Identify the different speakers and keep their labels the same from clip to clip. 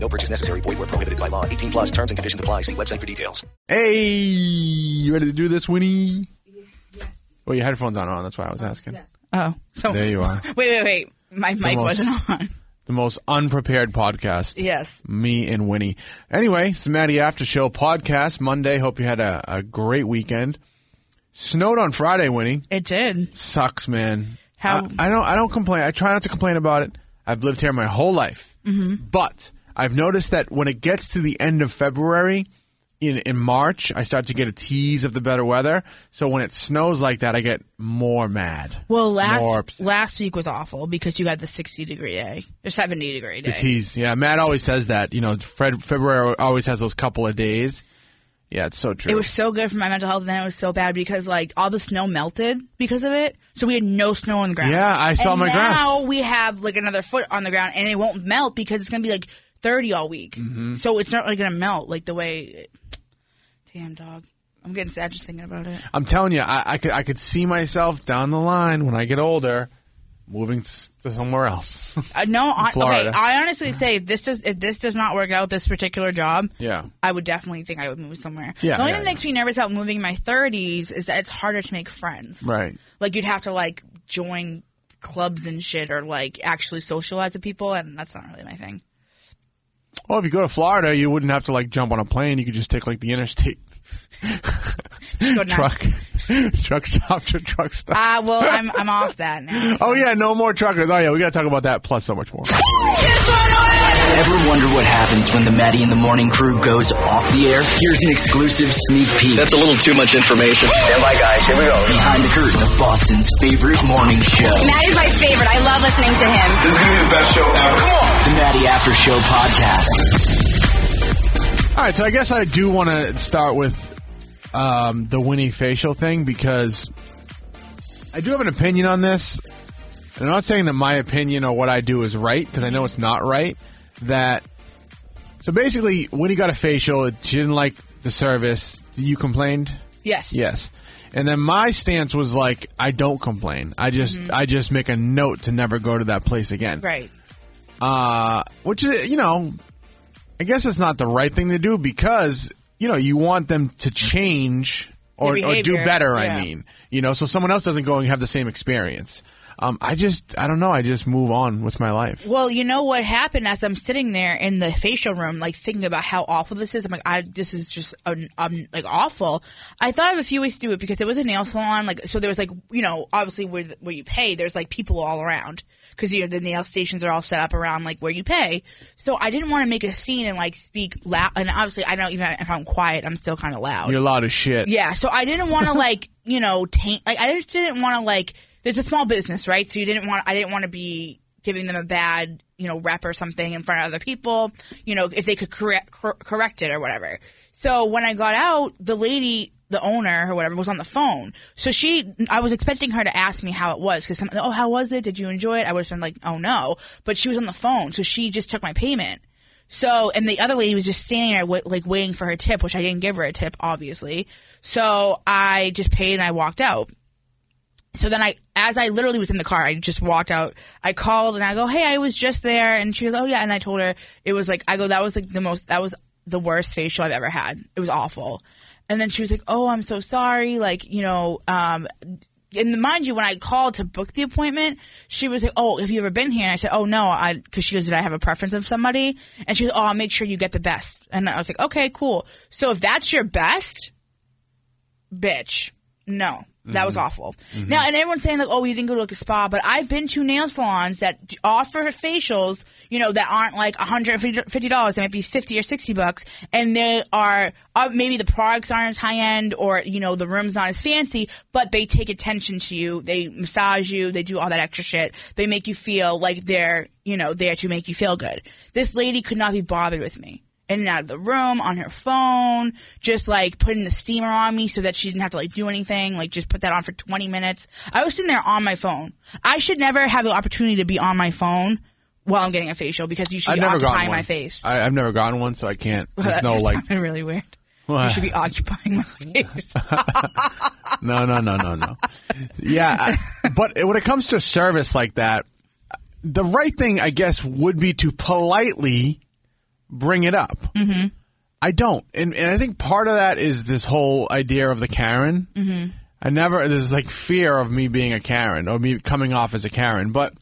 Speaker 1: No purchase necessary. Void where prohibited by law. 18 plus terms and conditions apply. See website for details.
Speaker 2: Hey, you ready to do this, Winnie? Well, your headphones aren't on. That's why I was asking.
Speaker 3: Oh, so
Speaker 2: There you are.
Speaker 3: wait, wait, wait. My mic
Speaker 2: Almost.
Speaker 3: wasn't on.
Speaker 2: The most unprepared podcast.
Speaker 3: Yes.
Speaker 2: Me and Winnie. Anyway, it's the Maddie After Show podcast Monday. Hope you had a, a great weekend. Snowed on Friday, Winnie.
Speaker 3: It did.
Speaker 2: Sucks, man.
Speaker 3: How-
Speaker 2: I, I don't. I don't complain. I try not to complain about it. I've lived here my whole life,
Speaker 3: Mm-hmm.
Speaker 2: but I've noticed that when it gets to the end of February, in in March, I start to get a tease of the better weather. So when it snows like that, I get more mad.
Speaker 3: Well,
Speaker 2: More
Speaker 3: last
Speaker 2: upset.
Speaker 3: last week was awful because you had the 60 degree day or 70 degree day.
Speaker 2: The tease. Yeah, Matt always says that. You know, Fred February always has those couple of days. Yeah, it's so true.
Speaker 3: It was so good for my mental health, and then it was so bad because like all the snow melted because of it. So we had no snow on the ground.
Speaker 2: Yeah, I saw
Speaker 3: And
Speaker 2: my
Speaker 3: now
Speaker 2: grass.
Speaker 3: we have like another foot on the ground, and it won't melt because it's gonna be like 30 all week.
Speaker 2: Mm-hmm.
Speaker 3: So it's not really gonna melt like the way. Damn dog, I'm getting sad just thinking about it.
Speaker 2: I'm telling you, I, I could I could see myself down the line when I get older, moving s- to somewhere else.
Speaker 3: Uh, no, I, okay.
Speaker 2: Florida.
Speaker 3: I honestly say if this does if this does not work out this particular job,
Speaker 2: Yeah.
Speaker 3: I would definitely think I would move somewhere.
Speaker 2: Yeah,
Speaker 3: the only
Speaker 2: yeah,
Speaker 3: thing
Speaker 2: yeah.
Speaker 3: that makes me nervous about moving in my thirties is that it's harder to make friends.
Speaker 2: right.
Speaker 3: Like you'd have to like join clubs and shit, or like actually socialize with people, and that's not really my thing.
Speaker 2: Well, if you go to Florida, you wouldn't have to like jump on a plane. You could just take like the interstate
Speaker 3: Go nuts.
Speaker 2: truck, truck stop to truck stop.
Speaker 3: Ah, well, I'm I'm off that now.
Speaker 2: oh yeah, no more truckers. Oh yeah, we gotta talk about that plus so much more.
Speaker 4: Ever wonder what happens when the Maddie in the Morning crew goes off the air? Here's an exclusive sneak peek.
Speaker 5: That's a little too much information. Stand by, guys. Here we go.
Speaker 4: behind the curtain of Boston's favorite morning show.
Speaker 6: Matt is my favorite. I love listening to him.
Speaker 5: This is going to be the best show ever. Come on.
Speaker 4: The Maddie After Show podcast.
Speaker 2: All right, so I guess I do want to start with um, the Winnie facial thing because I do have an opinion on this. And I'm not saying that my opinion or what I do is right because I know it's not right. That so basically, Winnie got a facial. She didn't like the service. You complained.
Speaker 3: Yes.
Speaker 2: Yes. And then my stance was like, I don't complain. I just, I just make a note to never go to that place again.
Speaker 3: Mm-hmm. Right.
Speaker 2: Uh, which is, you know, I guess it's not the right thing to do because you know you want them to change or,
Speaker 3: Their
Speaker 2: or do
Speaker 3: behavior,
Speaker 2: better. I
Speaker 3: yeah.
Speaker 2: mean, you know, so someone else doesn't go and have the same experience. Um, I just, I don't know. I just move on with my life.
Speaker 3: Well, you know what happened as I'm sitting there in the facial room, like thinking about how awful this is. I'm like, I this is just un, um, like awful. I thought of a few ways to do it because it was a nail salon, like so there was like you know obviously where th- where you pay, there's like people all around because you know the nail stations are all set up around like where you pay. So I didn't want to make a scene and like speak loud, and obviously I know even if I'm quiet, I'm still kind of loud.
Speaker 2: You're loud as shit.
Speaker 3: Yeah, so I didn't want to like you know taint like I just didn't want to like there's a small business right, so you didn't want I didn't want to be giving them a bad you know rep or something in front of other people you know if they could correct cor- correct it or whatever. So when I got out, the lady. The owner or whatever was on the phone, so she. I was expecting her to ask me how it was because some. Oh, how was it? Did you enjoy it? I would have been like, oh no, but she was on the phone, so she just took my payment. So, and the other lady was just standing there, wa like waiting for her tip, which I didn't give her a tip, obviously. So I just paid and I walked out. So then I, as I literally was in the car, I just walked out. I called and I go, "Hey, I was just there," and she goes, "Oh yeah," and I told her it was like I go, "That was like the most, that was the worst facial I've ever had. It was awful." And then she was like, "Oh, I'm so sorry," like you know. um and mind you, when I called to book the appointment, she was like, "Oh, have you ever been here?" And I said, "Oh no," I because she goes, "Did I have a preference of somebody?" And she goes, "Oh, I'll make sure you get the best." And I was like, "Okay, cool." So if that's your best, bitch. No, that was awful. Now, and everyone's saying like, "Oh, you didn't go to like a spa," but I've been to nail salons that d- offer facials, you know, that aren't like one hundred fifty dollars. They might be fifty or sixty bucks, and they are uh, maybe the products aren't as high end, or you know, the room's not as fancy, but they take attention to you. They massage you. They do all that extra shit. They make you feel like they're, you know, there to make you feel good. This lady could not be bothered with me. in and out of the room on her phone, just like putting the steamer on me so that she didn't have to like do anything, like just put that on for 20 minutes. I was sitting there on my phone. I should never have the opportunity to be on my phone while I'm getting a facial because you should
Speaker 2: I've
Speaker 3: be
Speaker 2: never gotten
Speaker 3: occupying
Speaker 2: one.
Speaker 3: my face.
Speaker 2: I, I've never gotten one, so I can't. There's no
Speaker 3: That's
Speaker 2: like,
Speaker 3: sounded really weird. You
Speaker 2: What?
Speaker 3: should be occupying my face.
Speaker 2: no, no, no, no, no. Yeah, I- but when it comes to service like that, the right thing, I guess, would be to politely bring it up. Mm-hmm. I don't, and, and I think part of that is this whole idea of the Karen. Mm-hmm. I never. There's like fear of me being a Karen or me coming off as a Karen, but.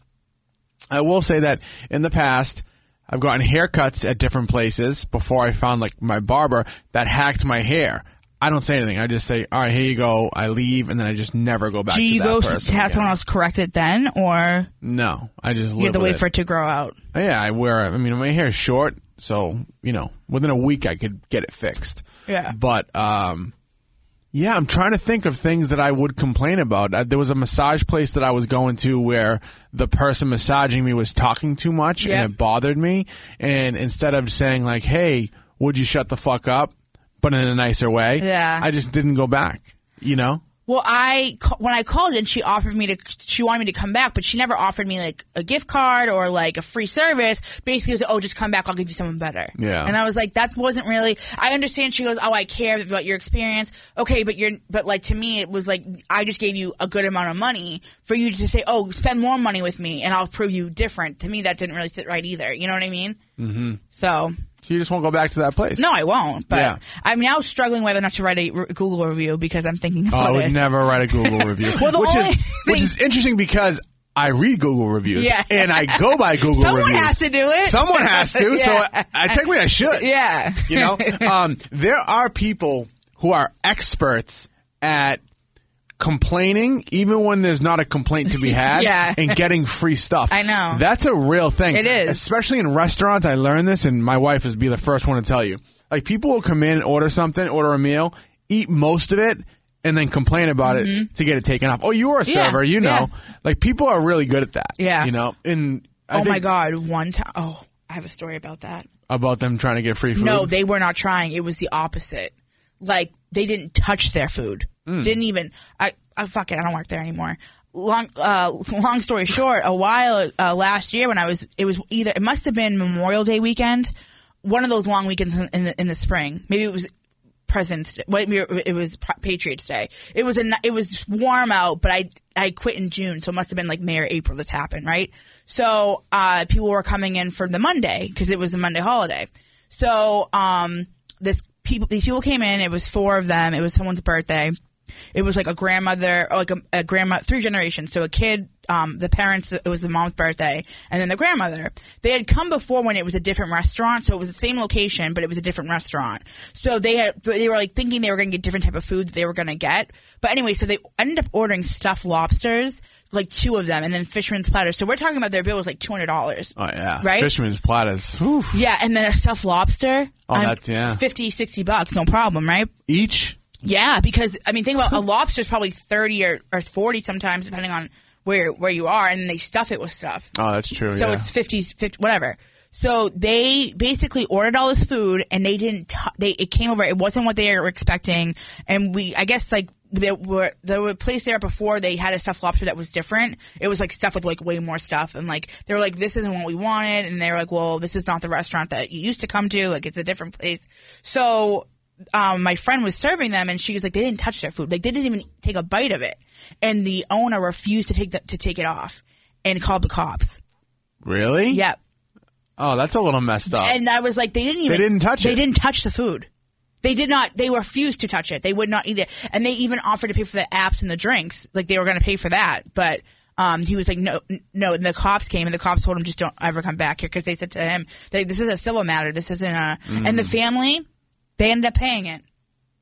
Speaker 2: I will say that in the past, I've gotten haircuts at different places before I found like my barber that hacked my hair. I don't say anything. I just say, "All right, here you go." I leave, and then I just never go back.
Speaker 3: Do
Speaker 2: to
Speaker 3: you
Speaker 2: that
Speaker 3: go have
Speaker 2: person again.
Speaker 3: someone else correct it then, or
Speaker 2: No, I just
Speaker 3: you
Speaker 2: live
Speaker 3: have to
Speaker 2: with
Speaker 3: wait
Speaker 2: it.
Speaker 3: for it to grow out?
Speaker 2: Yeah, I wear. I mean, my hair is short, so you know, within a week I could get it fixed.
Speaker 3: Yeah.
Speaker 2: But um, yeah, I'm trying to think of things that I would complain about. Uh there was a massage place that I was going to where the person massaging me was talking too much,
Speaker 3: Yep.
Speaker 2: and it bothered me. And instead of saying like, "Hey, would you shut the fuck up," but in a nicer way,
Speaker 3: Yeah.
Speaker 2: I just didn't go back. You know.
Speaker 3: Well, I ca- when I called in, she offered me to she wanted me to come back, but she never offered me like a gift card or like a free service. Basically, it was oh, just come back, I'll give you someone better.
Speaker 2: Yeah.
Speaker 3: And I was like, that wasn't really. I understand. She goes, oh, I care about your experience. Okay, but you're but like to me, it was like I just gave you a good amount of money for you to say, oh, spend more money with me, and I'll prove you different. To me, that didn't really sit right either. You know what I mean? Mm-hmm. So
Speaker 2: So you just won't go back to that place.
Speaker 3: no, I won't. But
Speaker 2: Yeah.
Speaker 3: I'm now struggling whether or not to write a re- Google review because I'm thinking
Speaker 2: Oh,
Speaker 3: about
Speaker 2: I would
Speaker 3: it.
Speaker 2: never write a Google review.
Speaker 3: Well, the
Speaker 2: which
Speaker 3: only
Speaker 2: is which
Speaker 3: thing-
Speaker 2: is interesting because I read Google reviews
Speaker 3: Yeah.
Speaker 2: and I go by Google
Speaker 3: Someone
Speaker 2: reviews.
Speaker 3: has to do it.
Speaker 2: Someone has to. So
Speaker 3: Yeah.
Speaker 2: I, I technically I should.
Speaker 3: Yeah.
Speaker 2: You know, um, there are people who are experts at complaining even when there's not a complaint to be had
Speaker 3: Yeah.
Speaker 2: and getting free stuff
Speaker 3: I know.
Speaker 2: that's a real thing
Speaker 3: It is.
Speaker 2: especially in restaurants i learned this and my wife would be the first one to tell you like people will come in and order something order a meal eat most of it and then complain about it to get it taken off oh you are a
Speaker 3: Mm-hmm. Yeah,
Speaker 2: server you know like people are really good at that
Speaker 3: Yeah.
Speaker 2: you know and I
Speaker 3: oh my
Speaker 2: think
Speaker 3: god, one time. Oh, I have a story about that.
Speaker 2: about them trying to get free food
Speaker 3: No, they were not trying. It was the opposite. Like they didn't touch their food.
Speaker 2: Mm.
Speaker 3: Didn't even. I. I fuck it. I don't work there anymore. Long. Uh, long story short, a while uh, last year when I was, it was either it must have been Memorial Day weekend, one of those long weekends in the in the spring. Maybe it was President's Day. Wait, we were- it was Pa- Patriots Day. It was a ni- it was warm out, but I I quit in June, so it must have been like May or April this happened, right? So uh, people were coming in for the Monday because it was a Monday holiday. So um, this people these people came in. It was four of them. It was someone's birthday. It was like a grandmother, or like a, a grandma, three generations. So a kid, um, the parents, it was the mom's birthday, and then the grandmother. They had come before when it was a different restaurant, so it was the same location, but it was a different restaurant. So they had, they were like thinking they were going to get different type of food that they were going to get. But anyway, so they ended up ordering stuffed lobsters, like two of them, and then fisherman's platter. So we're talking about their bill was like two hundred dollars.
Speaker 2: oh yeah
Speaker 3: Right?
Speaker 2: fisherman's platters Oof.
Speaker 3: Yeah, and then a stuffed lobster.
Speaker 2: Oh,
Speaker 3: I'm-
Speaker 2: that's- yeah.
Speaker 3: 50, 60 bucks, no problem, right?
Speaker 2: each
Speaker 3: Yeah, because I mean, think about a lobster's probably thirty or, or forty sometimes, depending on where where you are, and they stuff it with stuff.
Speaker 2: oh that's true
Speaker 3: so
Speaker 2: yeah.
Speaker 3: it's 50, 50 whatever. So they basically ordered all this food, and they didn't. T- they it came over. It wasn't what they were expecting, and we I guess like. There were there were a place there before they had a stuffed lobster that was different. It was like stuff with like way more stuff, and like they were like, "This isn't what we wanted," and they were like, "Well, this is not the restaurant that you used to come to. Like, it's a different place." So um, my friend was serving them, and she was like, they didn't touch their food. Like they didn't even take a bite of it, and the owner refused to take the, to take it off, and called the cops.
Speaker 2: really
Speaker 3: Yep.
Speaker 2: oh that's a little messed up
Speaker 3: And I was like, they didn't even.
Speaker 2: didn't touch
Speaker 3: They
Speaker 2: it.
Speaker 3: didn't touch the food. They did not. They refused to touch it. They would not eat it. And they even offered to pay for the apps and the drinks. Like they were going to pay for that, but. Um, he was like, no, n- no. And the cops came, and the cops told him, just don't ever come back here, because they said to him, they- this is a civil matter. This isn't a.
Speaker 2: Mm.
Speaker 3: And the family, they ended up paying it.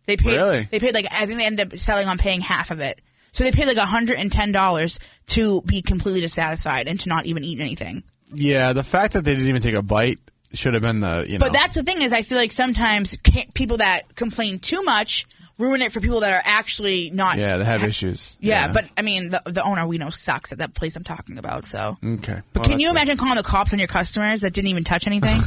Speaker 3: They paid.
Speaker 2: Really?
Speaker 3: They paid like I think they ended up selling on paying half of it. So they paid like hundred and ten dollars to be completely dissatisfied and to not even eat anything.
Speaker 2: Yeah, the fact that they didn't even take a bite should have been the you know.
Speaker 3: But that's the thing is, I feel like sometimes ca people that complain too much ruin it for people that are actually not.
Speaker 2: Yeah, they have issues.
Speaker 3: Yeah, but I mean, the, the owner we know sucks at that place I'm talking about. So,
Speaker 2: okay.
Speaker 3: but
Speaker 2: Well,
Speaker 3: can
Speaker 2: that's
Speaker 3: you
Speaker 2: it.
Speaker 3: imagine calling the cops on your customers that didn't even touch anything?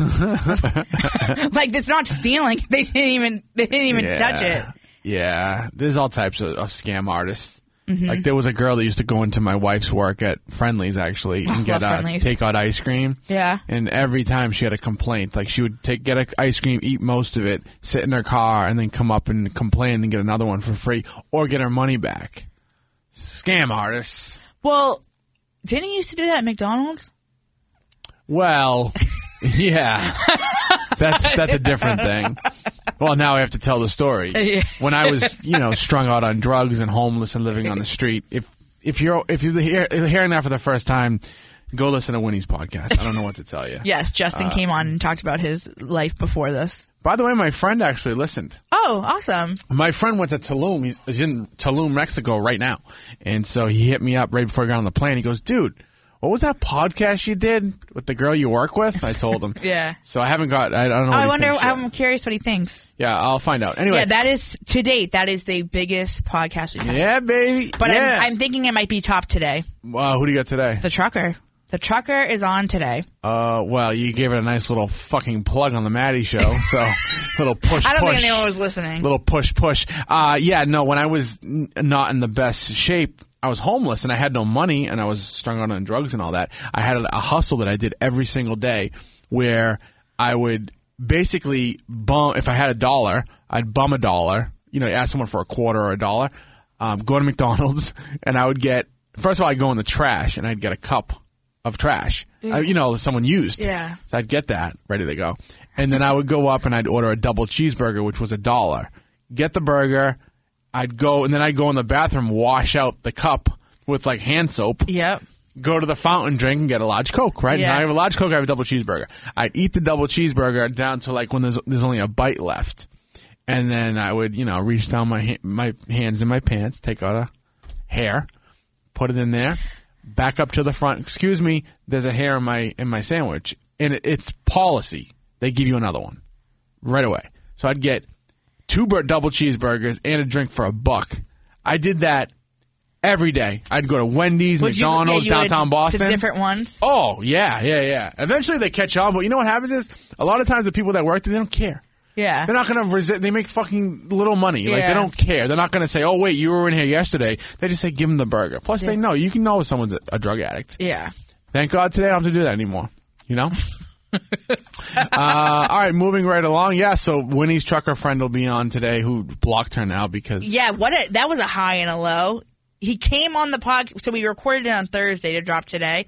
Speaker 3: like it's not stealing; they didn't even they didn't even touch it.
Speaker 2: Yeah, there's all types of, of scam artists.
Speaker 3: Mm-hmm.
Speaker 2: Like there was a girl that used to go into my wife's work at Friendly's actually and get
Speaker 3: love
Speaker 2: uh,
Speaker 3: Friendly's.
Speaker 2: take out ice cream.
Speaker 3: Yeah.
Speaker 2: and every time she had a complaint, like she would take get a ice cream, eat most of it, sit in her car, and then come up and complain and get another one for free or get her money back. Scam artists.
Speaker 3: Well, didn't you used to do that at McDonald's?
Speaker 2: Well, yeah. That's that's a different thing. Well, now I have to tell the story. When I was, you know, strung out on drugs and homeless and living on the street, if if you're if you're hear- hearing that for the first time, go listen to Winnie's podcast. I don't know what to tell you.
Speaker 3: Yes, Justin came on and talked about his life before this.
Speaker 2: By the way, my friend actually listened.
Speaker 3: Oh, awesome!
Speaker 2: My friend went to Tulum. He's, he's in Tulum, Mexico right now. And so he hit me up right before I got on the plane. He goes, dude, what was that podcast you did with the girl you work with? I told him.
Speaker 3: Yeah.
Speaker 2: So I haven't got, I, I don't know.
Speaker 3: Oh,
Speaker 2: what
Speaker 3: I
Speaker 2: he
Speaker 3: wonder.
Speaker 2: thinks yet.
Speaker 3: I'm curious what he thinks.
Speaker 2: Yeah, I'll find out. Anyway.
Speaker 3: Yeah, that is to date. That is the biggest podcast we've had.
Speaker 2: Yeah, baby.
Speaker 3: But
Speaker 2: yeah.
Speaker 3: I'm, I'm thinking it might be top today.
Speaker 2: Wow, who do you got today?
Speaker 3: The trucker. The trucker is on today.
Speaker 2: Uh, well, you gave it a nice little fucking plug on the Maddie show. So, little push.
Speaker 3: I don't
Speaker 2: push.
Speaker 3: think anyone was listening.
Speaker 2: Little push, push. Uh, yeah, no. When I was n- not in the best shape, I was homeless and I had no money and I was strung out on drugs and all that. I had a, a hustle that I did every single day where I would basically bum. If I had a dollar, I'd bum a dollar. You know, ask someone for a quarter or a dollar. Um, go to McDonald's and I would get. First of all, I'd go in the trash and I'd get a cup of trash. Uh, you know, someone used.
Speaker 3: Yeah.
Speaker 2: So I'd get that ready to go. And then I would go up and I'd order a double cheeseburger, which was a dollar. Get the burger. I'd go, and then I'd go in the bathroom, wash out the cup with like hand soap.
Speaker 3: Yep.
Speaker 2: Go to the fountain, drink, and get a large Coke, right?
Speaker 3: Yeah.
Speaker 2: Now I have a large Coke, I have a double cheeseburger. I'd eat the double cheeseburger down to like when there's, there's only a bite left. And then I would, you know, reach down my, ha- my hands in my pants, take out a hair, put it in there, back up to the front. Excuse me, there's a hair in my in my sandwich, and it, it's policy. They give you another one right away. So I'd get two bur- double cheeseburgers and a drink for a buck. I did that every day. I'd go to Wendy's,
Speaker 3: Would you- yeah,
Speaker 2: McDonald's,
Speaker 3: you would-
Speaker 2: downtown
Speaker 3: the
Speaker 2: Boston.
Speaker 3: different ones.
Speaker 2: oh yeah, yeah, yeah. Eventually they catch on, but you know what happens is a lot of times the people that work there they don't care.
Speaker 3: Yeah.
Speaker 2: They're not going to resist. They make fucking little money. Like
Speaker 3: Yeah.
Speaker 2: they don't care. They're not going to say, "Oh wait, you were in here yesterday." They just say, "Give them the burger." Plus, they know you can know if someone's a, a drug addict.
Speaker 3: yeah.
Speaker 2: Thank God today I don't have to do that anymore. You know. uh, all right, moving right along. Yeah, so Winnie's trucker friend will be on today, who blocked her now because
Speaker 3: Yeah. What a, that was a high and a low. He came on the pod, so we recorded it on Thursday to drop today,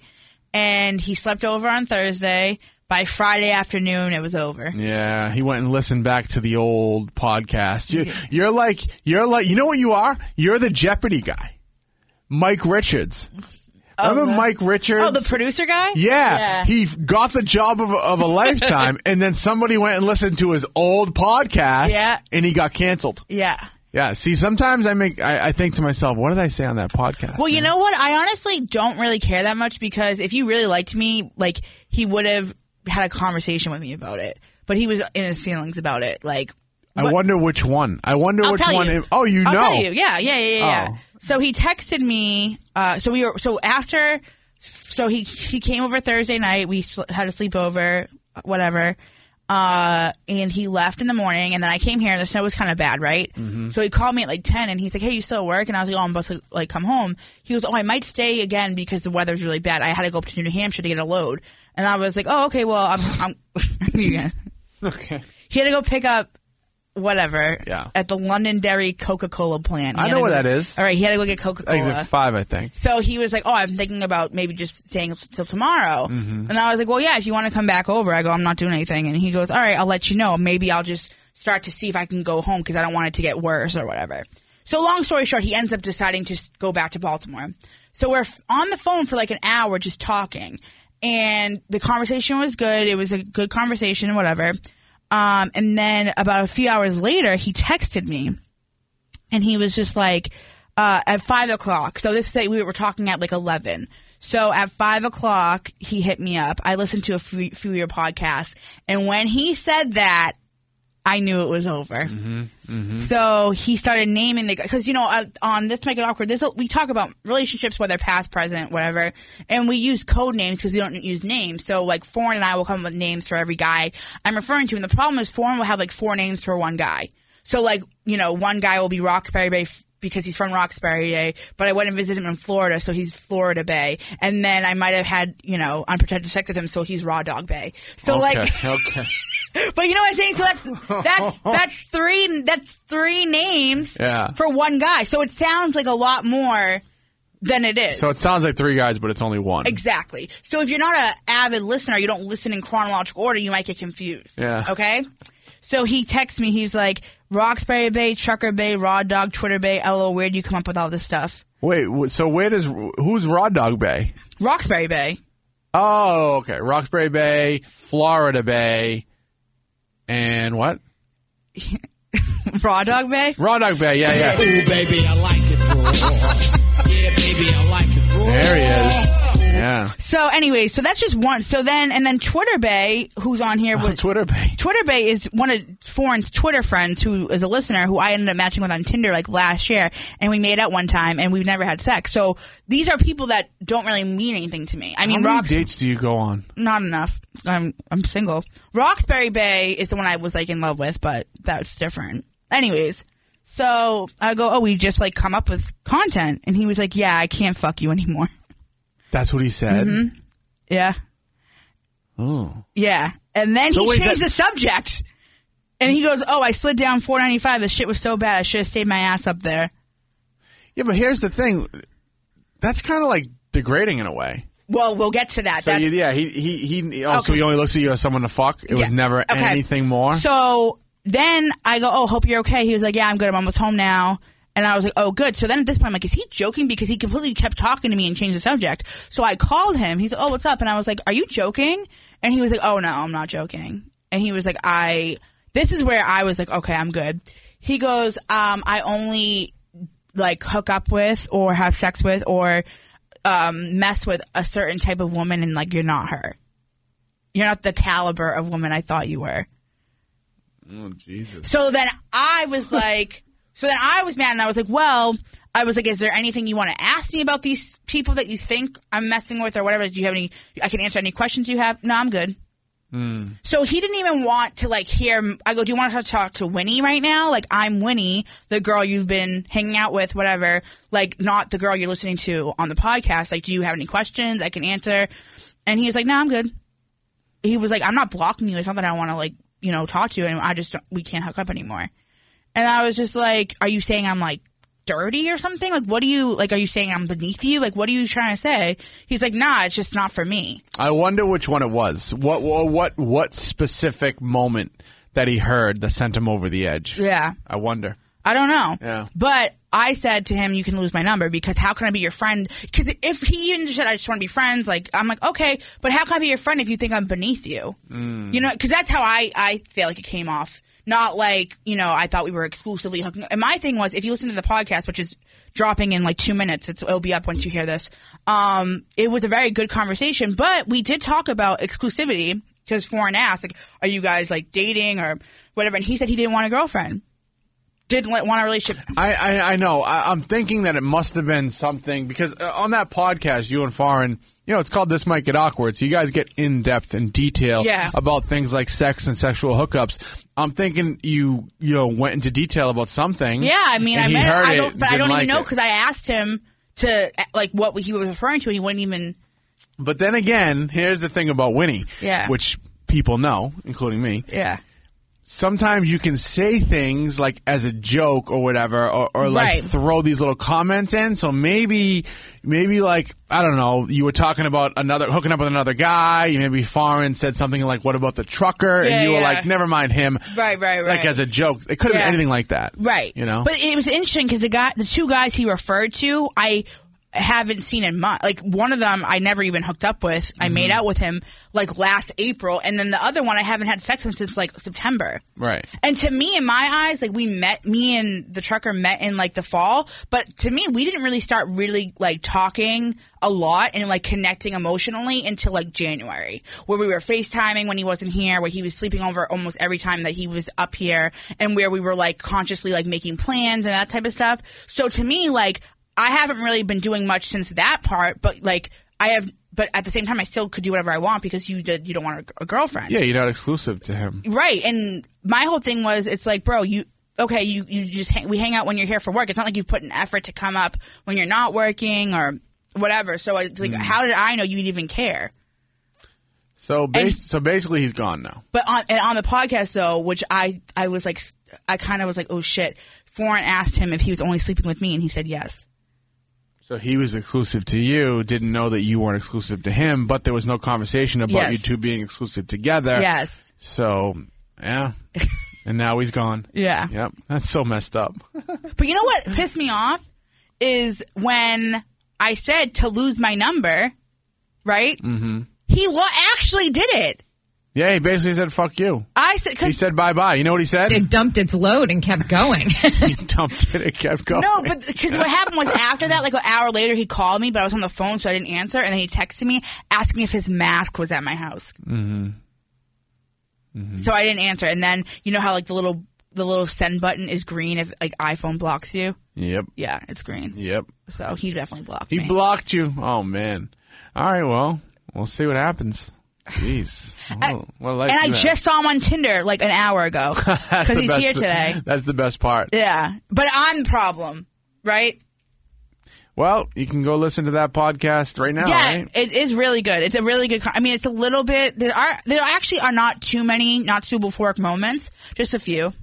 Speaker 3: and he slept over on Thursday. By Friday afternoon, it was over.
Speaker 2: Yeah, he went and listened back to the old podcast. You, You're like you're like you know what you are. You're the Jeopardy guy, Mike Richards. Remember Mike Richards?
Speaker 3: Oh, the producer guy?
Speaker 2: Yeah,
Speaker 3: Yeah.
Speaker 2: he f- got the job of, a- of a lifetime, and then somebody went and listened to his old podcast,
Speaker 3: Yeah.
Speaker 2: and he got canceled.
Speaker 3: yeah.
Speaker 2: Yeah, see, sometimes I make I, I think to myself, what did I say on that podcast?
Speaker 3: Well, you know what? I honestly don't really care that much because if you really liked me, like he would have had a conversation with me about it. But he was in his feelings about it. Like
Speaker 2: I wonder which one. I wonder
Speaker 3: I'll
Speaker 2: which
Speaker 3: tell
Speaker 2: one.
Speaker 3: you.
Speaker 2: it- oh, you
Speaker 3: I'll
Speaker 2: know,
Speaker 3: tell you. Yeah, yeah, yeah, yeah. yeah.
Speaker 2: Oh.
Speaker 3: So he texted me. Uh, so we were. So after. So he he came over Thursday night. We sl- had a sleepover, whatever. Uh, and he left in the morning, and then I came here, and the snow was kind of bad, right?
Speaker 2: Mm-hmm.
Speaker 3: So he called me at like ten, and he's like, "Hey, you still at work?" And I was like, "Oh, I'm about to like come home." He goes, "Oh, I might stay again because the weather's really bad. I had to go up to New Hampshire to get a load." And I was like, "Oh, okay. Well, I'm I'm."
Speaker 2: okay.
Speaker 3: He had to go pick up whatever
Speaker 2: Yeah.
Speaker 3: at the Londonderry Coca Cola plant. He
Speaker 2: I
Speaker 3: had
Speaker 2: know
Speaker 3: to
Speaker 2: where
Speaker 3: go-
Speaker 2: that is.
Speaker 3: All right, he had to go get Coca
Speaker 2: Exit
Speaker 3: Cola.
Speaker 2: five, I think.
Speaker 3: So he was like, "Oh, I'm thinking about maybe just staying till tomorrow." And I was like, "Well, yeah, if you want to come back over." I go, "I'm not doing anything." And he goes, "All right, I'll let you know. Maybe I'll just start to see if I can go home because I don't want it to get worse or whatever." So long story short, he ends up deciding to s- go back to Baltimore. So we're f- on the phone for like an hour just talking, and the conversation was good. It was a good conversation, and whatever. Um, and then about a few hours later, he texted me and he was just like uh, at five o'clock. So this say we were talking at like eleven. So at five o'clock, he hit me up. I listened to a few, few of your podcasts, and when he said that, I knew it was over. So he started naming the because you know uh, on this make it awkward. This we talk about relationships whether past, present, whatever, and we use code names because we don't use names. So like Foreign and I will come up with names for every guy I'm referring to, and the problem is Foreign will have like four names for one guy. So like you know one guy will be Roxbury Bay f- because he's from Roxbury Bay, but I went and visited him in Florida, so he's Florida Bay, and then I might have had you know unprotected sex with him, so he's Raw Dog Bay. So
Speaker 2: okay.
Speaker 3: like.
Speaker 2: okay.
Speaker 3: But you know what I'm saying? So that's that's that's three that's three names
Speaker 2: Yeah.
Speaker 3: for one guy. So it sounds like a lot more than it is.
Speaker 2: So it sounds like three guys, but it's only one.
Speaker 3: exactly. So if you're not an avid listener, you don't listen in chronological order, you might get confused.
Speaker 2: Yeah.
Speaker 3: Okay? So he texts me, he's like, Roxbury Bay, Trucker Bay, Raw Dog, Twitter Bay, LO, where'd you come up with all this stuff?
Speaker 2: Wait, wh- so where does who's Rod Dog Bay?
Speaker 3: Roxbury Bay.
Speaker 2: Oh, okay. Roxbury Bay, Florida Bay, and what?
Speaker 3: Raw Dog Bay?
Speaker 2: Raw Dog Bay. Yeah, yeah.
Speaker 7: Ooh, baby, I like it, bro. yeah, baby, I like it, bro.
Speaker 2: There he is. Yeah.
Speaker 3: So anyway, so that's just one. So then and then Twitter Bay, who's on here
Speaker 2: Oh,
Speaker 3: was
Speaker 2: Twitter Bay.
Speaker 3: Twitter Bay is one of Foreign's Twitter friends who is a listener who I ended up matching with on Tinder like last year, and we made out one time, and we've never had sex. So these are people that don't really mean anything to me. I
Speaker 2: How
Speaker 3: mean,
Speaker 2: many
Speaker 3: Rox,
Speaker 2: dates do you go on?
Speaker 3: not enough. I'm I'm single. Roxbury Bay is the one I was like in love with, but that's different. Anyways, so I go, oh, we just like come up with content, and he was like, yeah, I can't fuck you anymore.
Speaker 2: That's what he said.
Speaker 3: Mm-hmm. Yeah. Oh. Yeah. And then
Speaker 2: So
Speaker 3: he
Speaker 2: wait,
Speaker 3: changed
Speaker 2: that-
Speaker 3: the subject. And he goes, "Oh, I slid down 495. The shit was so bad. I should have stayed my ass up there."
Speaker 2: Yeah, but here's the thing. That's kind of like degrading in a way.
Speaker 3: Well, we'll get to that.
Speaker 2: So
Speaker 3: That's-
Speaker 2: you, yeah, he he he. Oh, so
Speaker 3: Okay.
Speaker 2: he only looks at you as someone to fuck. It was
Speaker 3: Yeah.
Speaker 2: never
Speaker 3: Okay.
Speaker 2: anything more.
Speaker 3: So then I go, "Oh, hope you're okay." He was like, "Yeah, I'm good. I'm almost home now." And I was like, "Oh, good." So then at this point, I'm like, "Is he joking?" Because he completely kept talking to me and changed the subject. So I called him. He's, "Oh, what's up?" And I was like, "Are you joking?" And he was like, "Oh no, I'm not joking." And he was like, "I." This is where I was like, "Okay, I'm good." He goes, um, "I only like hook up with or have sex with or um, mess with a certain type of woman, and like you're not her. You're not the caliber of woman I thought you were." So then I was like, so then I was mad and I was like, well, I was like, is there anything you want to ask me about these people that you think I'm messing with or whatever? Do you have any, I can answer any questions you have? No, I'm good. So he didn't even want to like hear. I go, do you want to talk to Winnie right now? Like I'm Winnie, the girl you've been hanging out with, whatever. Like not the girl you're listening to on the podcast. Like, do you have any questions I can answer? And he was like, no, I'm good. He was like, I'm not blocking you. It's not that I want to like you know talk to you, and I just don't, we can't hook up anymore. And I was just like, are you saying I'm like dirty or something? Like, what do you like? Are you saying I'm beneath you? Like, what are you trying to say? He's like, nah, it's just not for me.
Speaker 2: I wonder which one it was. What what what, what specific moment that he heard that sent him over the edge?
Speaker 3: Yeah.
Speaker 2: I wonder.
Speaker 3: I don't know.
Speaker 2: Yeah.
Speaker 3: But I said to him, "You can lose my number because how can I be your friend? Because if he even just said I just want to be friends, like I'm like okay, but how can I be your friend if you think I'm beneath you? You know, because that's how I I feel like it came off. Not like you know I thought we were exclusively hooking. And my thing was, if you listen to the podcast, which is dropping in like two minutes, it's, it'll be up once you hear this. Um, it was a very good conversation, but we did talk about exclusivity because foreign asked, like, are you guys like dating or whatever? And he said he didn't want a girlfriend didn't let, want a relationship.
Speaker 2: I, I, I know. I, I'm thinking that it must have been something because uh, on that podcast, you and Foreign, you know, it's called This Might Get Awkward. So you guys get in depth and detail
Speaker 3: Yeah.
Speaker 2: about things like sex and sexual hookups. I'm thinking you, you know, went into detail about something.
Speaker 3: Yeah, I mean,
Speaker 2: and
Speaker 3: I
Speaker 2: he
Speaker 3: met,
Speaker 2: heard
Speaker 3: I
Speaker 2: it,
Speaker 3: don't, but I
Speaker 2: didn't
Speaker 3: don't
Speaker 2: like
Speaker 3: even know
Speaker 2: it.
Speaker 3: because I asked him to uh, like what he was referring to, and he wouldn't even.
Speaker 2: But then again, here's the thing about Winnie,
Speaker 3: Yeah.
Speaker 2: which people know, including me.
Speaker 3: Yeah.
Speaker 2: sometimes you can say things like as a joke or whatever, or, or like
Speaker 3: Right.
Speaker 2: throw these little comments in. So maybe, maybe like I don't know, you were talking about another hooking up with another guy. You Maybe Foreign said something like, "What about the trucker?"
Speaker 3: Yeah,
Speaker 2: and you were
Speaker 3: yeah.
Speaker 2: like, "Never mind him."
Speaker 3: Right, right,
Speaker 2: Like
Speaker 3: right.
Speaker 2: as a joke, it could have
Speaker 3: Yeah.
Speaker 2: been anything like that.
Speaker 3: Right.
Speaker 2: You know.
Speaker 3: But it was interesting because the guy, the two guys he referred to, I haven't seen in months. Like one of them, I never even hooked up with. I made
Speaker 2: Mm-hmm.
Speaker 3: out with him like last April, and then the other one, I haven't had sex with since like September.
Speaker 2: Right.
Speaker 3: And to me, in my eyes, like we met, me and the trucker met in like the fall, but to me, we didn't really start really like talking a lot and like connecting emotionally until like January, where we were FaceTiming when he wasn't here, where he was sleeping over almost every time that he was up here, and where we were like consciously like making plans and that type of stuff. So to me, like, I haven't really been doing much since that part, but like, I have. But at the same time, I still could do whatever I want because you did, you don't want a, a girlfriend.
Speaker 2: Yeah, you're not exclusive to him.
Speaker 3: Right. And my whole thing was, it's like, bro, you okay? You you just hang, we hang out when you're here for work. It's not like you've put an effort to come up when you're not working or whatever. So it's like, how did I know you'd even care?
Speaker 2: So, bas- so basically, he's gone now.
Speaker 3: But on and on the podcast though, which I I was like, s- I kind of was like, oh shit. Foreign asked him if he was only sleeping with me, and he said yes.
Speaker 2: So he was exclusive to you, didn't know that you weren't exclusive to him, but there was no conversation about
Speaker 3: Yes.
Speaker 2: you two being exclusive together.
Speaker 3: Yes.
Speaker 2: So, yeah. and now he's gone.
Speaker 3: Yeah.
Speaker 2: Yep. That's so messed up.
Speaker 3: But you know what pissed me off is when I said to lose my number, right? Mm-hmm. He lo- actually did it.
Speaker 2: Yeah, he basically said, fuck you.
Speaker 3: I said,
Speaker 2: He said bye bye. You know what he said?
Speaker 8: It dumped its load and kept going.
Speaker 2: he dumped it and kept going.
Speaker 3: No, but because what happened was after that, like an hour later, he called me, but I was on the phone, so I didn't answer. And then he texted me asking if his mask was at my house. Mm-hmm.
Speaker 2: Mm-hmm.
Speaker 3: So I didn't answer. And then you know how like the little the little send button is green if like iPhone blocks you.
Speaker 2: Yep.
Speaker 3: Yeah, it's green.
Speaker 2: Yep.
Speaker 3: So he definitely blocked
Speaker 2: He
Speaker 3: me.
Speaker 2: blocked you. Oh, man. All right, well, we'll see what happens. Jeez. What a- what a life
Speaker 3: and I
Speaker 2: you have.
Speaker 3: just saw him on Tinder like an hour ago because
Speaker 2: That's the
Speaker 3: he's
Speaker 2: best-
Speaker 3: here today.
Speaker 2: That's the best part.
Speaker 3: Yeah, but I'm the problem, right?
Speaker 2: Well, you can go listen to that podcast right now,
Speaker 3: yeah,
Speaker 2: right?
Speaker 3: it is really good. It's a really good. Con- I mean, it's a little bit. There are there actually are not too many not suitable for work moments. Just a few.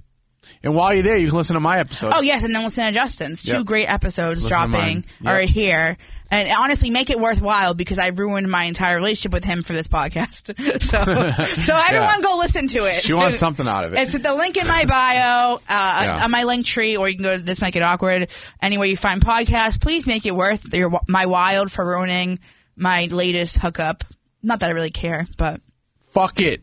Speaker 2: And while you're there, you can listen to my episode.
Speaker 3: Oh yes, and then listen to Justin's two
Speaker 2: Yep.
Speaker 3: great episodes
Speaker 2: Listen to
Speaker 3: dropping
Speaker 2: mine. Yep.
Speaker 3: are here. And honestly, make it worthwhile because I ruined my entire relationship with him for this podcast. so, so everyone go listen to it.
Speaker 2: She wants something out of it.
Speaker 3: It's at the link in my bio, uh,
Speaker 2: Yeah.
Speaker 3: on my link tree, or you can go to This Make It Awkward. Anywhere you find podcasts, please make it worth your my wild for ruining my latest hookup. Not that I really care, but
Speaker 2: Fuck it.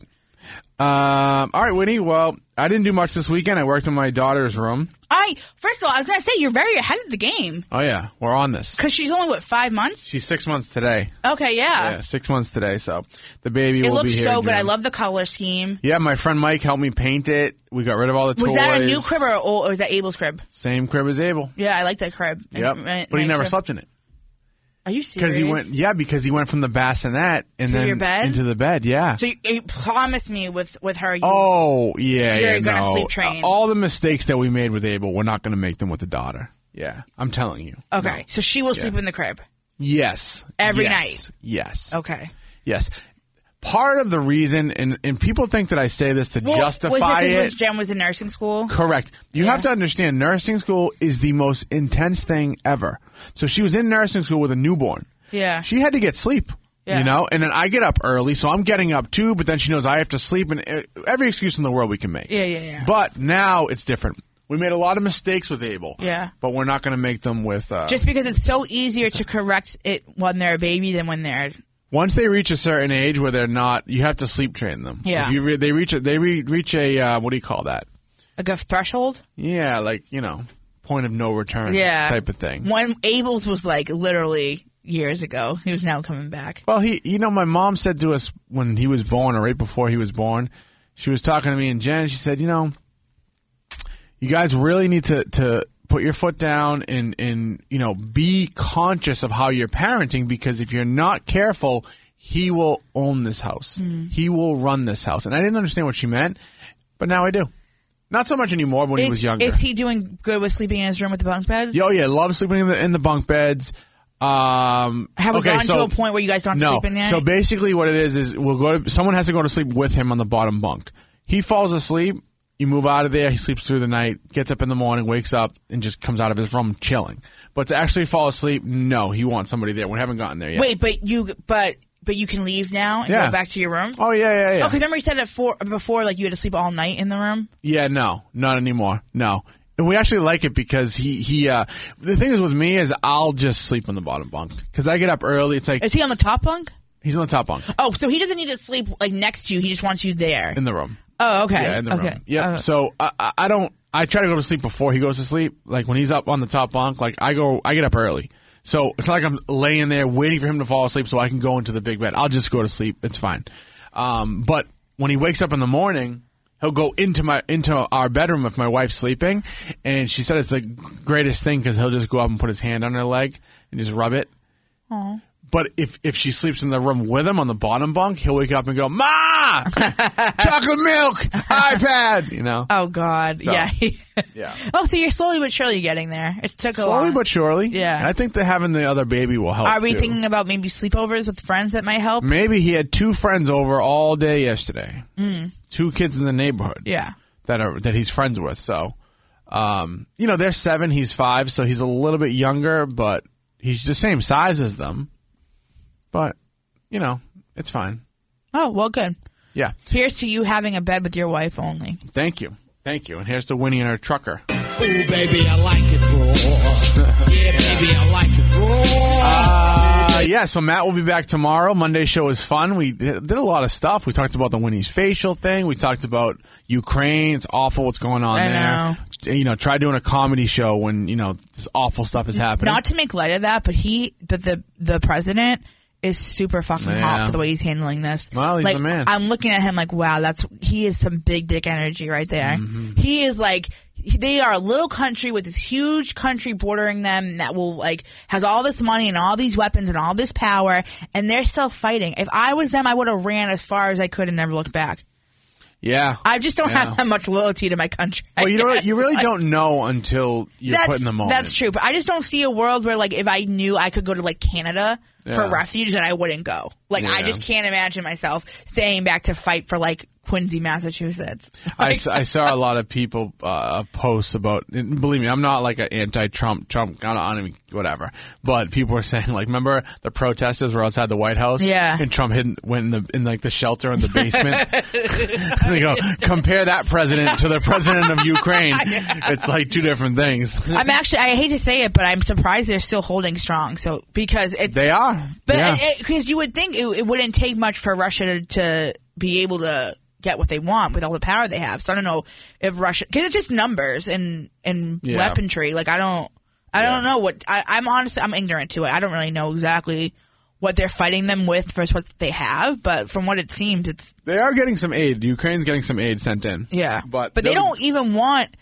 Speaker 2: Um, all right, Winnie. Well, I didn't do much this weekend. I worked in my daughter's room.
Speaker 3: I first of all, I was gonna say you're very ahead of the game
Speaker 2: Oh yeah, we're on this.
Speaker 3: because she's only what five months.
Speaker 2: She's six months today.
Speaker 3: Okay, yeah.
Speaker 2: Yeah, six months today. So the baby
Speaker 3: It
Speaker 2: will
Speaker 3: looks
Speaker 2: be here.
Speaker 3: so
Speaker 2: in
Speaker 3: good. I
Speaker 2: June.
Speaker 3: love the color scheme.
Speaker 2: Yeah, my friend Mike helped me paint it. We got rid of all the
Speaker 3: Was
Speaker 2: toys.
Speaker 3: that a new crib or, or was that Abel's crib?
Speaker 2: same crib as Abel?
Speaker 3: Yeah, I like that crib.
Speaker 2: Yep.
Speaker 3: And- and-
Speaker 2: but he
Speaker 3: nice
Speaker 2: never
Speaker 3: crib.
Speaker 2: slept in it
Speaker 3: Are you
Speaker 2: because
Speaker 3: serious?
Speaker 2: he went. Yeah, because he went from the bassinet and
Speaker 3: To
Speaker 2: then
Speaker 3: your bed?
Speaker 2: into the bed. Yeah.
Speaker 3: So you, you promised me with with her. You,
Speaker 2: Oh yeah,
Speaker 3: You're
Speaker 2: yeah,
Speaker 3: gonna
Speaker 2: no.
Speaker 3: sleep train.
Speaker 2: Uh, All the mistakes that we made with Abel, we're not going to make them with the daughter. Yeah, I'm telling you.
Speaker 3: Okay, so she will sleep in the crib.
Speaker 2: Yes.
Speaker 3: Every
Speaker 2: Yes. Yes.
Speaker 3: Okay.
Speaker 2: Yes. Part of the reason, and, and people think that I say this to justify
Speaker 3: was it, 'cause
Speaker 2: it.
Speaker 3: when Jen was in nursing school.
Speaker 2: Correct. You have to understand, nursing school is the most intense thing ever. So she was in nursing school with a newborn.
Speaker 3: Yeah.
Speaker 2: She had to get sleep.
Speaker 3: Yeah.
Speaker 2: You know, and then I get up early, so I'm getting up too. But then she knows I have to sleep, and uh, every excuse in the world we can make.
Speaker 3: Yeah, yeah, yeah.
Speaker 2: But now it's different. We made a lot of mistakes with Abel.
Speaker 3: Yeah.
Speaker 2: but we're not going to make them with. Uh,
Speaker 3: Just because it's so easier to correct it when they're a baby than when they're
Speaker 2: once they reach a certain age where they're not, you have to sleep train them.
Speaker 3: Yeah.
Speaker 2: If you re- they reach a, they re- reach a uh, what do you call that?
Speaker 3: like a threshold.
Speaker 2: Yeah, like you know, point of no return.
Speaker 3: Yeah.
Speaker 2: type of thing.
Speaker 3: When Abel's was like literally years ago, he was now coming back.
Speaker 2: Well, he, you know, my mom said to us when he was born, or right before he was born, she was talking to me and Jen. She said, you know, you guys really need to to put your foot down and and you know be conscious of how you're parenting because if you're not careful, he will own this house.
Speaker 3: Hmm.
Speaker 2: He will run this house. And I didn't understand what she meant, but now I do. Not so much anymore. But when he
Speaker 3: Is-
Speaker 2: was younger,
Speaker 3: Is he doing good with sleeping in his room with the bunk beds?
Speaker 2: Oh yeah, love sleeping in the in the bunk beds. Um,
Speaker 3: Have we
Speaker 2: okay,
Speaker 3: gotten
Speaker 2: so-
Speaker 3: to a point where you guys don't
Speaker 2: no.
Speaker 3: sleep in yet?
Speaker 2: So basically, what it is is we'll go to someone has to go to sleep with him on the bottom bunk. He falls asleep. You move out of there. He sleeps through the night. Gets up in the morning, wakes up, and just comes out of his room chilling. But to actually fall asleep, no, he wants somebody there. We haven't gotten there yet.
Speaker 3: Wait, but you but but you can leave now and
Speaker 2: Yeah.
Speaker 3: go back to your room.
Speaker 2: Oh yeah, yeah, yeah.
Speaker 3: Okay, remember you said that for, before like you had to sleep all night in the room.
Speaker 2: Yeah, no, not anymore. No, And we actually like it because he he. Uh, the thing is with me is I'll just sleep on the bottom bunk because I get up early. It's like
Speaker 3: Is he on the top bunk?
Speaker 2: he's on the top bunk
Speaker 3: Oh, so he doesn't need to sleep like next to you. He just wants you there.
Speaker 2: in the room.
Speaker 3: Oh, okay.
Speaker 2: Yeah, in the
Speaker 3: okay.
Speaker 2: room. Yeah.
Speaker 3: Uh,
Speaker 2: so I, I- I don't. I try to go to sleep before he goes to sleep. Like when he's up on the top bunk, like I go, I get up early. So it's not like I'm laying there waiting for him to fall asleep so I can go into the big bed. I'll just go to sleep. It's fine. Um, but when he wakes up in the morning, he'll go into my into our bedroom if my wife's sleeping, and she said it's the greatest thing because he'll just go up and put his hand on her leg and just rub it. But if if she sleeps in the room with him on the bottom bunk, he'll wake up and go, "Ma, chocolate milk, iPad." You know,
Speaker 3: oh God. Yeah.
Speaker 2: yeah.
Speaker 3: oh, so you're slowly but surely getting there. It took a
Speaker 2: Slowly
Speaker 3: long-
Speaker 2: but surely.
Speaker 3: Yeah.
Speaker 2: And I think that having the other baby will help.
Speaker 3: Are we
Speaker 2: too.
Speaker 3: thinking about maybe sleepovers with friends that might help?
Speaker 2: Maybe he had two friends over all day yesterday. Mm. Two kids in the neighborhood.
Speaker 3: Yeah.
Speaker 2: That are that he's friends with. So, um, you know, they're seven, he's five, so he's a little bit younger, but he's the same size as them. But, you know, it's fine.
Speaker 3: Oh, well, good.
Speaker 2: Yeah.
Speaker 3: Here's to you having a bed with your wife only.
Speaker 2: Thank you. Thank you. And here's to Winnie and her trucker.
Speaker 7: Ooh, baby, I like it raw. Yeah, baby, I like it raw.
Speaker 2: Uh, yeah, so Matt will be back tomorrow. Monday show was fun. We did did a lot of stuff. We talked about the Winnie's facial thing. We talked about Ukraine. It's awful what's going on
Speaker 3: I know.
Speaker 2: there. You know, try doing a comedy show when, you know, this awful stuff is happening.
Speaker 3: Not to make light of that, but he, but the the president is super fucking
Speaker 2: Yeah.
Speaker 3: hot for the way he's handling this.
Speaker 2: Well, he's
Speaker 3: like,
Speaker 2: the man.
Speaker 3: I'm looking at him like, wow, that's he is some big dick energy right there.
Speaker 2: Mm-hmm.
Speaker 3: He is like. he- They are a little country with this huge country bordering them that will like has all this money and all these weapons and all this power, and they're still fighting. If I was them, I would have ran as far as I could and never looked back.
Speaker 2: yeah.
Speaker 3: I just don't
Speaker 2: Yeah.
Speaker 3: have that much loyalty to my country.
Speaker 2: well, you,
Speaker 3: I
Speaker 2: don't,
Speaker 3: guess.
Speaker 2: you really
Speaker 3: Like,
Speaker 2: don't know until you're put in the moment.
Speaker 3: That's true, but I just don't see a world where like if I knew I could go to like Canada
Speaker 2: Yeah.
Speaker 3: for refuge, then I wouldn't go. Like I
Speaker 2: Yeah.
Speaker 3: just can't imagine myself staying back to fight for like Quincy, Massachusetts.
Speaker 2: I, s- I saw a lot of people uh, posts about. and believe me, I'm not like an anti-Trump Trump. I don't, I don't even whatever. But people were saying like, remember the protesters were outside the White House,
Speaker 3: Yeah.
Speaker 2: and Trump hidden, went in the in like the shelter in the basement. and they go compare that president to the president of Ukraine. It's like two different things.
Speaker 3: I'm actually I hate to say it, but I'm surprised they're still holding strong. So because it's
Speaker 2: They are,
Speaker 3: but
Speaker 2: yeah.
Speaker 3: because you would think it, it wouldn't take much for Russia to, to be able to get what they want with all the power they have. So I don't know if Russia because it's just numbers and and
Speaker 2: Yeah.
Speaker 3: weaponry. Like I don't I don't know what I, I'm honestly I'm ignorant to it. I don't really know exactly what they're fighting them with versus what they have. But from what it seems, it's
Speaker 2: they are getting some aid. Ukraine's getting some aid sent in.
Speaker 3: yeah,
Speaker 2: but
Speaker 3: but they
Speaker 2: they'll-
Speaker 3: don't even want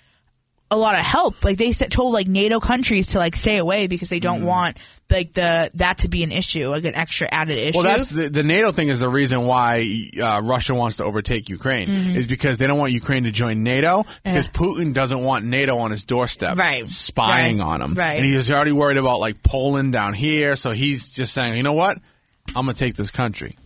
Speaker 3: a lot of help. Like they said, told like NATO countries to like stay away because they
Speaker 2: Mm.
Speaker 3: don't want like the that to be an issue, like an extra added issue.
Speaker 2: Well, that's the, the NATO thing is the reason why uh, Russia wants to overtake Ukraine
Speaker 3: Mm-hmm.
Speaker 2: is because they don't want Ukraine to join NATO because Putin doesn't want NATO on his doorstep,
Speaker 3: Right.
Speaker 2: Spying
Speaker 3: Right.
Speaker 2: on him,
Speaker 3: Right.
Speaker 2: And he's already worried about like Poland down here, so he's just saying, you know what, I'm gonna take this country.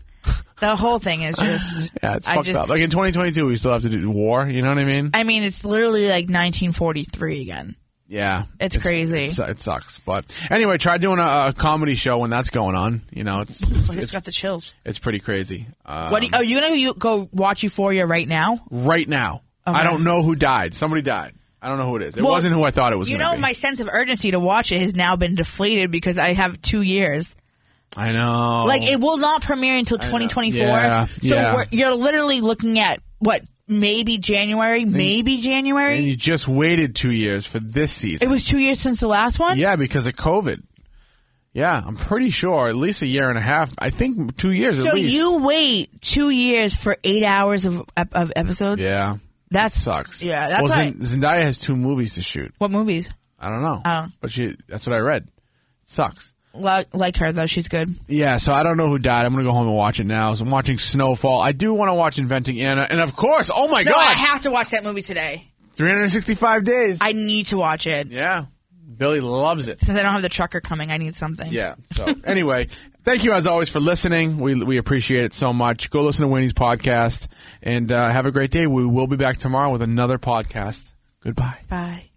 Speaker 3: the whole thing is just
Speaker 2: Yeah, it's
Speaker 3: I
Speaker 2: fucked
Speaker 3: just-
Speaker 2: up. Like in 2022, we still have to do war. You know what I mean?
Speaker 3: I mean, it's literally like 1943 again.
Speaker 2: Yeah,
Speaker 3: It's crazy.
Speaker 2: It, su- it sucks, but anyway, try doing a, a comedy show when that's going on. You know, it's it's,
Speaker 3: I just got the chills.
Speaker 2: it's pretty crazy. Uh,
Speaker 3: what? Do you, oh, you gonna you go watch Euphoria right now?
Speaker 2: right now. I don't know who died. Somebody died. I don't know who it is. It
Speaker 3: Well,
Speaker 2: wasn't who I thought it was.
Speaker 3: You
Speaker 2: gonna
Speaker 3: know,
Speaker 2: be.
Speaker 3: my sense of urgency to watch it has now been deflated because I have two years.
Speaker 2: I know.
Speaker 3: Like it will not premiere until 2024.
Speaker 2: Oh. Yeah,
Speaker 3: so
Speaker 2: yeah.
Speaker 3: We're, you're literally looking at what maybe January, maybe
Speaker 2: and
Speaker 3: January.
Speaker 2: you just waited two years for this season.
Speaker 3: It was two years since the last one.
Speaker 2: yeah, because of COVID. Yeah, I'm pretty sure at least a year and a half. I think two years
Speaker 3: So
Speaker 2: at least.
Speaker 3: you wait two years for eight hours of ep- of episodes.
Speaker 2: yeah,
Speaker 3: That
Speaker 2: sucks.
Speaker 3: Yeah, that's
Speaker 2: well,
Speaker 3: why-
Speaker 2: Zend- Zendaya has two movies to shoot.
Speaker 3: What movies?
Speaker 2: I don't know.
Speaker 3: Oh.
Speaker 2: But she. That's what I read. Sucks.
Speaker 3: Like, like her though, she's good.
Speaker 2: Yeah, so I don't know who died. I'm gonna go home and watch it now. So I'm watching Snowfall. I do want to watch Inventing Anna, and of course, oh my
Speaker 3: No, I
Speaker 2: gosh,
Speaker 3: have to watch that movie today.
Speaker 2: 365 days.
Speaker 3: I need to watch it.
Speaker 2: Yeah. Billy loves it.
Speaker 3: Since I don't have the trucker coming, I need something.
Speaker 2: Yeah. So anyway, thank you as always for listening. We we appreciate it so much. Go listen to Winnie's podcast and uh, have a great day. We will be back tomorrow with another podcast. Goodbye.
Speaker 3: Bye.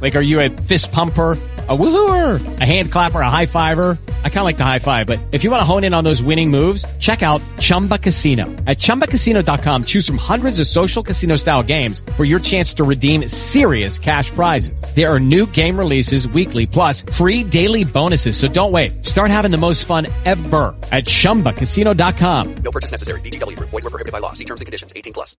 Speaker 9: Like, are you a fist pumper? a woohooer, a hand clapper, a high fiver. I kind of like the high five, but if you want to hone in on those winning moves, check out Chumba Casino. At ChumbaCasino.com, choose from hundreds of social casino style games for your chance to redeem serious cash prizes. There are new game releases weekly, plus free daily bonuses. So don't wait. Start having the most fun ever at ChumbaCasino.com.
Speaker 10: No purchase necessary. BGW. Void were prohibited by law. See terms and conditions. 18 plus.